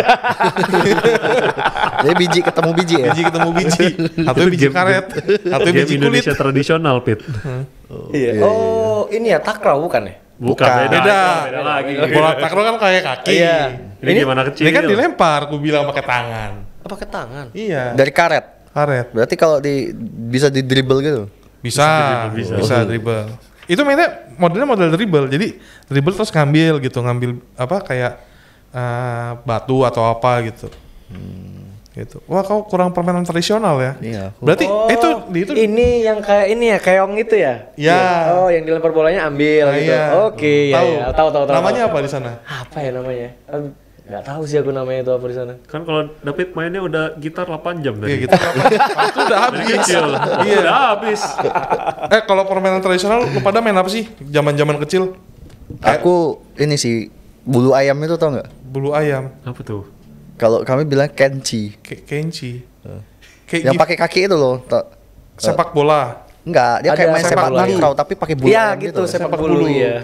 jadi biji ketemu biji ya Biji ketemu biji. Atau Itu biji game- karet, atau Game biji kulit. Indonesia tradisional, Pit. Iya. Oh, ini ya takraw bukan ya? Bukan, beda. Beda. Beda lagi. Bola takraw kan kayak kaki. Iya. Ini, Ini- gimana kecil? Ini kan dilempar, gue bilang pakai tangan. Apa ke tangan? Iya. dari karet Karet. berarti kalau di bisa di dribble gitu Bisa, bisa, dribble. Itu mainnya modelnya model dribble. Jadi dribble terus ngambil gitu, ngambil apa kayak eh, batu atau apa gitu. Gitu. Wah, kau kurang permainan tradisional ya. Hmm. Iya. Berarti Oh, eh, itu di itu ini yang kayak ini ya, keong itu ya? Ya. Oh, yang dilempar bolanya Nah, ambil gitu. iya. Oke, ya, ya. Tahu, tahu, tahu. Namanya tahu. apa di sana? Apa ya namanya? Aduh, Nggak tahu sih aku namanya itu apa di sana. Kan kalau David mainnya udah gitar 8 jam tadi. Iya gitu. Waktu udah Dari habis. kecil. Iya. Udah habis. Eh kalau permainan tradisional lu pada main apa sih? Zaman-zaman kecil aku ini sih bulu ayam itu tau nggak bulu ayam, Apa tuh? kalau kami bilang kenchi ke kenci. Kayak Eh. yang gitu, pakai kaki itu loh tau- sepak bola. Enggak, dia kayak Ada main sepak sepak bola. takraw tapi pakai bulu Iya, ayam gitu, sepak Sepak bulu. bulu ya.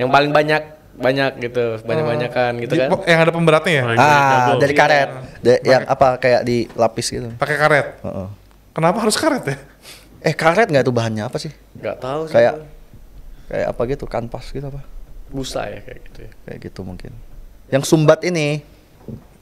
Yang paling banyak banyak gitu, banyak-banyakan gitu Di- kan. Yang ada pemberatnya ya? Main Ah, double. dari karet. Da- yang apa kayak di lapis gitu. Pakai karet. Heeh. Kenapa harus karet ya? Eh, karet nggak tuh bahannya apa sih? Nggak tahu sih. aku. Kayak kayak apa gitu, kanvas gitu apa? busa ya kayak gitu ya. Kayak gitu mungkin. Yang sumbat ini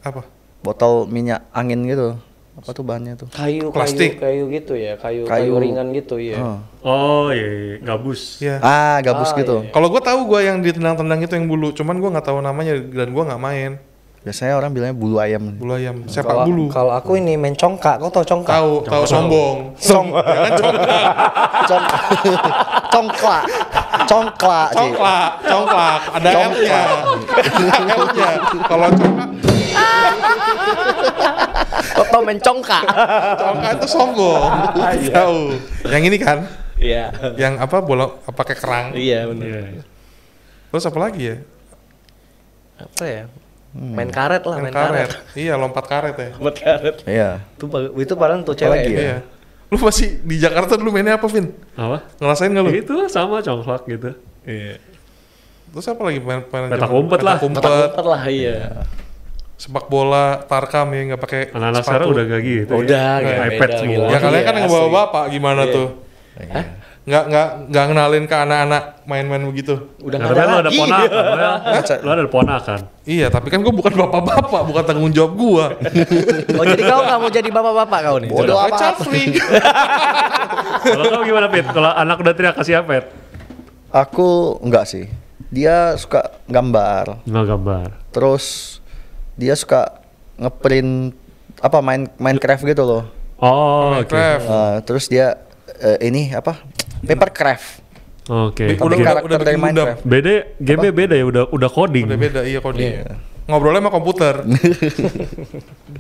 Apa? botol minyak angin gitu. Apa tuh bahannya tuh? Kayu Plastik. kayu kayu gitu ya, kayu kayu, Kayu. ringan gitu ya. Heeh. Oh iya, iya. gabus. Iya. Ah, gabus Ah, gitu. Kalau gue tahu gue yang ditendang-tendang itu yang bulu, cuman gue nggak tahu namanya dan gue nggak main Biasanya orang bilangnya bulu ayam. bulu ayam, Kalau- sepak bulu. Kalau aku ini main congkak, kau tau congkak? Tahu, tahu sombong. Ya kan, Congkak. Jangan congkak, Cong congkla. Congkla sih. congklak, congklak. Ada L-nya. Ada L-nya. Kalau congkak, Kau tau Oh, main Ah, iya. congkak? congkak itu sombong. Tahu. Yang ini kan, Iya. yang apa bola pakai kerang. Iya Nah, benar. Iya. Terus apa lagi ya? Apa ya? Hmm. Main karet lah, Yang main karet. Iya, lompat karet ya. Buat karet. Iya. Itu pa- itu paling untuk cewek. lagi ya? ya? Iya. Lu masih di Jakarta dulu mainnya apa, Vin? Apa? Ngerasain nggak lu? Ya, Itu sama congklak gitu. Terus apa lagi main main Petak zaman- umpet lah. Petak Petak umpet, umpet lah iya. sepak bola, tarkam ya nggak pakai Anak-anak sepatu. sekarang udah gak gitu. ya. Udah, Iya, Kayak kayak iPad beda, semua. gila. Ya kalian Iya, kan nggak bawa asli. bapak gimana Iya. tuh? Hah? Nggak nggak nggak ngenalin ke anak-anak main-main begitu. Udah Nah, nggak tapi ada lu ada lagi. ponakan. Lu ada ponakan. Iya, tapi kan gue bukan bapak-bapak, bukan tanggung jawab gue. Oh jadi kau nggak mau jadi bapak-bapak kau nih? Bodoh Gue amat. Chafri. Kalau kau gimana, Pit? Kalau anak udah teriak kasih iPad? Aku enggak sih. Dia suka gambar. Nggak gambar. terus dia suka ngeprint apa main Minecraft gitu loh. Oh, oke. Minecraft. Eh, terus dia eh, ini apa papercraft. Bi- Udah Oke. Tapi udah karakter udah dari bikin gundam. Minecraft. Beda, game beda ya, udah udah coding. Udah beda iya kode. Ngobrolnya sama komputer.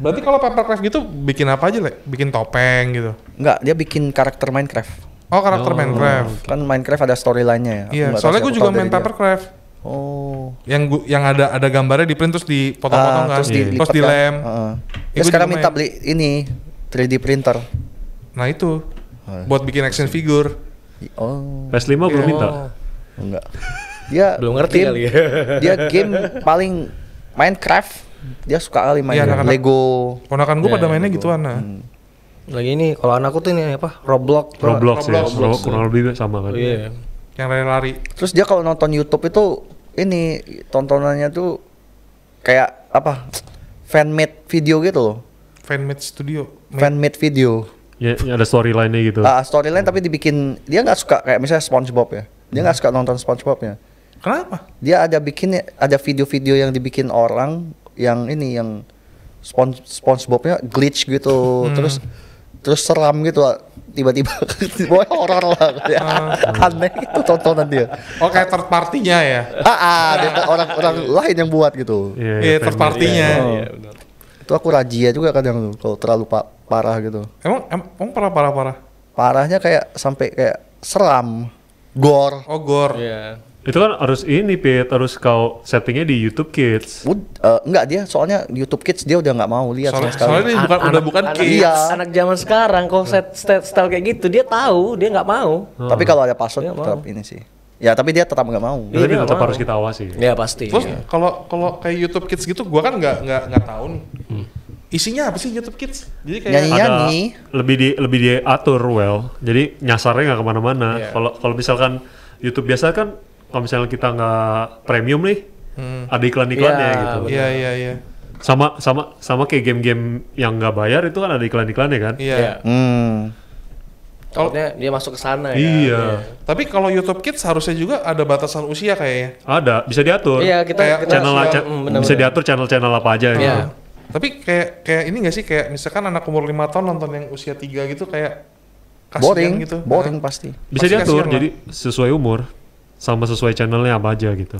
Berarti kalau papercraft gitu bikin apa aja, Le? Bikin topeng gitu. Enggak, dia bikin karakter Minecraft. Oh, karakter Minecraft. Kan Minecraft ada storyline-nya ya. Aku Iya, nggak tahu soalnya sih, gue aku juga tahu main dari dia. papercraft. Oh. yang gu- yang ada ada gambarnya di print terus dipotong-potong Ah, kan terus Iya. terus dilipat kan? dilem Heeh. Ya, Ya, gua sekarang juga minta main. beli ini 3D printer. nah itu Oh. buat bikin action figure Oh, PS5 Iya. belum minta. enggak. Dia Belum ngerti game- kali ya. dia game paling Minecraft. Dia suka kali main Iya, anak-anak. Lego. Hmm. ponakan gue Ya, pada mainnya Lego. gituan nah Lagi ini kalau anakku tuh ini apa? Roblox. Roblox, ya, Roblox. Ro- kurang lebih sama kan. Oh, iya. yang lari-lari Terus dia kalau nonton YouTube itu ini tontonannya tuh kayak apa? Fanmade video gitu loh. fanmade studio Made- Fanmade video. Ya, ya ada storyline-nya gitu. Ah, storyline tapi dibikin dia nggak suka kayak misalnya SpongeBob ya. Dia nggak suka nonton SpongeBobnya. kenapa Dia ada bikin ada video-video yang dibikin orang yang ini yang Spon SpongeBobnya glitch gitu. Terus terus seram gitu ah. tiba-tiba boy horor lah ya. aneh itu tontonan dia oh kayak third partinya ya ah, ah, dia- orang-orang lain yang buat gitu Iya, iya third family. partinya itu aku rajia juga kadang tuh kalau terlalu pa- parah gitu emang em- emang parah parah parah parahnya kayak sampai kayak seram gor oh gore Iya. Itu kan harus ini Pit, harus kau settingnya di YouTube Kids. Ud, eh, enggak dia soalnya di YouTube Kids dia udah nggak mau lihat sama soalnya, sekali soalnya ini bukan, Anak- udah bukan anak, kids Iya. anak zaman sekarang kok set, set- style kayak gitu dia tahu dia nggak mau. Hmm. tapi kalau ada password Nggak tetap mau. ini sih ya tapi dia tetap nggak mau Iya, Tapi dia tetap nggak harus mau. kita awasi. Ya pasti. terus kalau kalau kayak YouTube Kids gitu gue kan nggak nggak nggak tahu nih isinya apa sih YouTube Kids jadi kayak Hmm. Nyanyi- Ada Nyanyi. lebih di lebih diatur well. Jadi nyasarnya nggak kemana-mana. Kalau kalau misalkan YouTube biasa kan, kalau misalnya kita nggak premium nih, ada iklan-iklannya Iya, gitu. iya iya iya Sama sama sama kayak game-game yang nggak bayar itu kan ada iklan-iklannya kan. iya Iya. hmm Takutnya dia masuk ke sana ya. Iya. tapi kalau YouTube Kids harusnya juga ada batasan usia kayaknya Ada, bisa diatur. Iya, kita, Kayak kita channel Iya, aja Mm, benar-benar. bisa diatur channel-channel apa aja gitu. Iya. Tapi kayak kayak ini gak sih kayak misalkan anak umur 5 tahun nonton yang usia 3 gitu kayak kasihan boring gitu. boring Nah, pasti Bisa Pasti diatur kasihan lah. jadi sesuai umur sama sesuai channelnya apa aja gitu.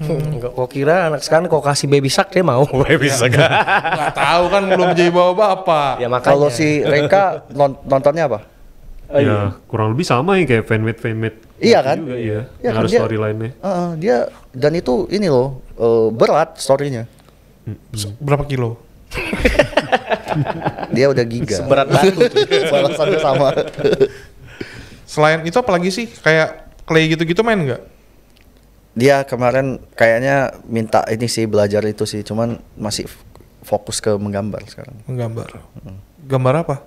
Hmm. Kok kok kira anak sekarang kok kasih baby shark dia mau baby shark. nggak tahu kan belum jadi bawa bapak. ya makanya. kalau si Reka non- nontonnya apa ya, kurang lebih sama ya kayak fanmade fanmade. Iya kan? Juga, Iya iya. kan, Yang harus dia- storyline-nya. Heeh, eh, dia dan itu ini loh eh, berat storynya Berapa kilo? dia udah giga Seberat batu. balasannya sama Selain itu apalagi sih kayak clay gitu-gitu main nggak? dia kemarin kayaknya minta ini sih belajar itu sih cuman masih f- fokus ke menggambar sekarang Menggambar. Gambar apa?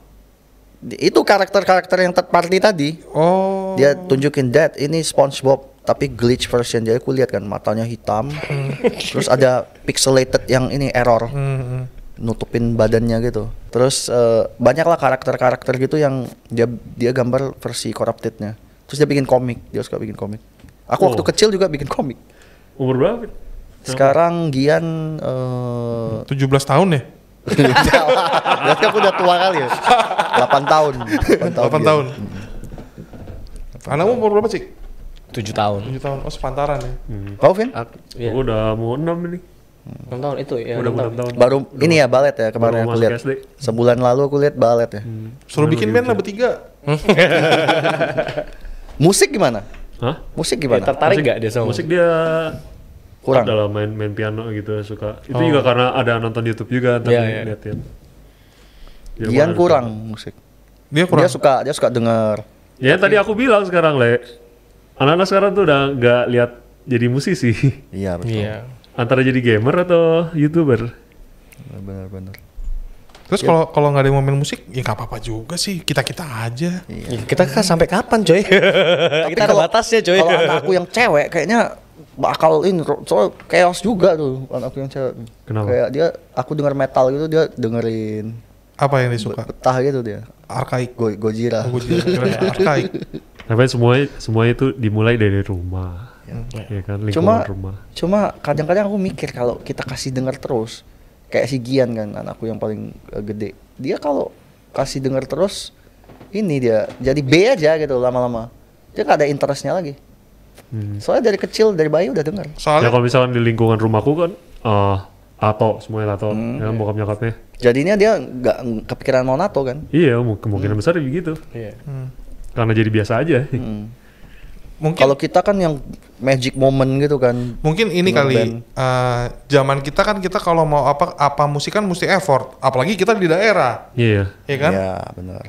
Di- itu karakter-karakter yang third party tadi Oh. dia tunjukin that ini SpongeBob tapi glitch version jadi aku lihat kan matanya hitam terus ada pixelated yang ini error Hmm, hmm. nutupin badannya gitu terus eh, banyaklah karakter-karakter gitu yang dia dia gambar versi corruptednya terus dia bikin komik dia suka bikin komik aku waktu Oh. kecil juga bikin komik Umur berapa? Sekarang Gian eh 17 tahun ya? jalan. Berarti aku udah tua kali ya. 8 tahun. 8 tahun. iya. 8 Gian. tahun. Anakmu umur berapa sih? 7 tahun. 7 tahun. Oh, sepantaran ya. Kau Vin? Aku, Iya. iya. Aku udah mau 6 ini. 6 tahun itu ya. udah enam mau tahun. 6 tahun. Baru ini ya balet ya baru kemarin aku masuk lihat. SD. Sebulan lalu aku lihat balet ya. Suruh bikin band lah bertiga. Musik gimana? Hah? Musik Ya, gimana? tertarik nggak dia sama Musik dia Iya. Kurang. adalah main main piano gitu suka. Itu juga karena ada nonton YouTube juga tapi Iya, iya. liatin. Dia Gian malah- kurang musik. Dia kurang. Dia suka dia suka denger. Ya yang tadi aku bilang sekarang le, anak-anak sekarang tuh udah nggak lihat jadi musisi, Iya betul. Iya. antara jadi gamer atau youtuber. Benar-benar. Terus kalau kalau nggak ada yang mau main musik, ya nggak apa-apa juga sih. Kita-kita aja. Ya, kita kan sampai kapan coy? kita ada kalau- batasnya coy. Kalau anak aku yang cewek kayaknya bakal ini soal chaos juga tuh anak aku yang cewek. Kenapa? Kayak dia aku denger metal gitu dia dengerin Apa yang disuka? betah gitu dia. Arkaik. Go Gojira. Aku juga keren, arkaik. Tapi semuanya semuanya itu dimulai dari rumah, ya kan lingkungan cuma rumah. cuma kadang-kadang aku mikir kalau kita kasih dengar terus kayak si Gian kan anakku yang paling eh, gede dia kalau kasih dengar terus ini dia jadi B aja gitu lama-lama dia gak ada interestnya lagi Hmm. soalnya dari kecil dari bayi udah dengar Ya Soalnya kalau misalkan di lingkungan rumahku kan, eh tato semuanya tato, ya kan bokap nyokapnya. jadinya dia nggak ng- kepikiran mau nato kan Hmm. Iya mu- kemungkinan besar begitu, Iya. karena jadi biasa aja. Hmm. Mungkin Kalau kita kan yang magic moment gitu kan. mungkin ini dengan kali band. eh, zaman kita kan kita kalau mau apa apa musik kan mesti effort, apalagi kita di daerah, Iya. ya kan? Iya, benar.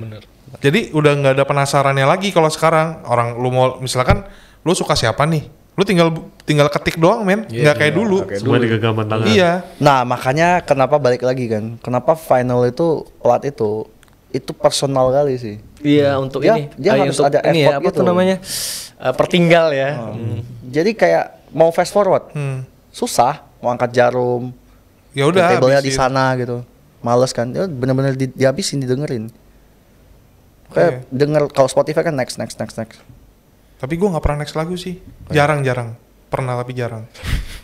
Jadi udah nggak ada penasarannya lagi kalau sekarang orang lu mau misalkan lu suka siapa nih? Lu tinggal tinggal ketik doang men, Iya, nggak kayak dulu. Semua di genggaman tangan. Iya. Nah, makanya kenapa balik lagi kan? Kenapa final itu lat itu itu personal kali sih. Iya untuk Dia- ini. dia Ah, iya, harus untuk ada ini ya, effort apa gitu. tuh namanya? Eh, pertinggal ya. Hmm. Jadi kayak mau fast forward, Hmm. susah mau angkat jarum, Ya udah. table-nya di habisin. sana gitu. Males kan. Ya bener-bener di, dihabisin didengerin. Iya. Kayak denger kalau Spotify kan next next next next. Tapi gua nggak pernah next lagu sih. Jarang-jarang. Pernah tapi jarang.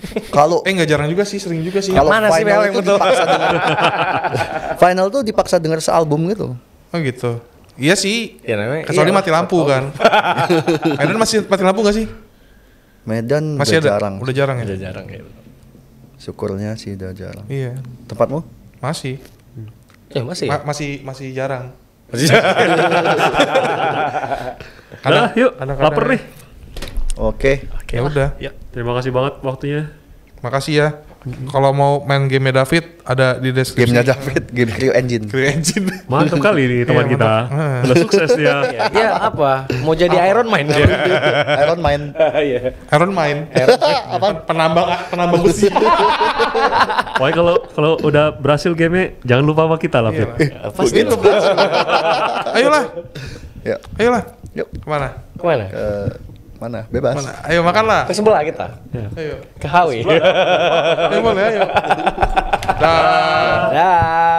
Kalau Eh nggak jarang juga sih, sering juga sih. kalau mana sih, Mel, final yang itu betul? dipaksa denger. final tuh dipaksa denger sealbum gitu. Oh gitu. Iya sih. Ya namanya. Kecuali iya. mati lampu kan. Medan masih mati lampu gak sih? Medan Masih udah ada. jarang. Udah jarang ya. Udah jarang kayak gitu. Syukurnya sih udah jarang. Iya. Tempatmu? Masih. Ya masih. Ma- masih masih jarang. Nah, yuk, kadang-kadang- lapar nih. Oke. Ya udah. Ya, terima kasih banget waktunya. Makasih ya. Kalau mau main game David ada di deskripsi. Gamenya David, game Crew Engine. Crew Engine. Mantap kali nih teman Iya, kita. mantap. Udah sukses dia. ya apa? Mau jadi Iron Man? Iya. Iron main. Iron Mine. Apa? Penambang penambang besi. Pokoknya kalau kalau udah berhasil gamenya, jangan lupa sama kita lah, Fit. Iya. Pasti itu. Ayolah. Ya. Ayolah. Yuk. Kemana? Kemana? Ke Eh, mana? Bebas. Mana? Ayo makanlah. Ke sebelah kita. Ayo. Ke Hawi. Ayo boleh ayo. Dah. Dah.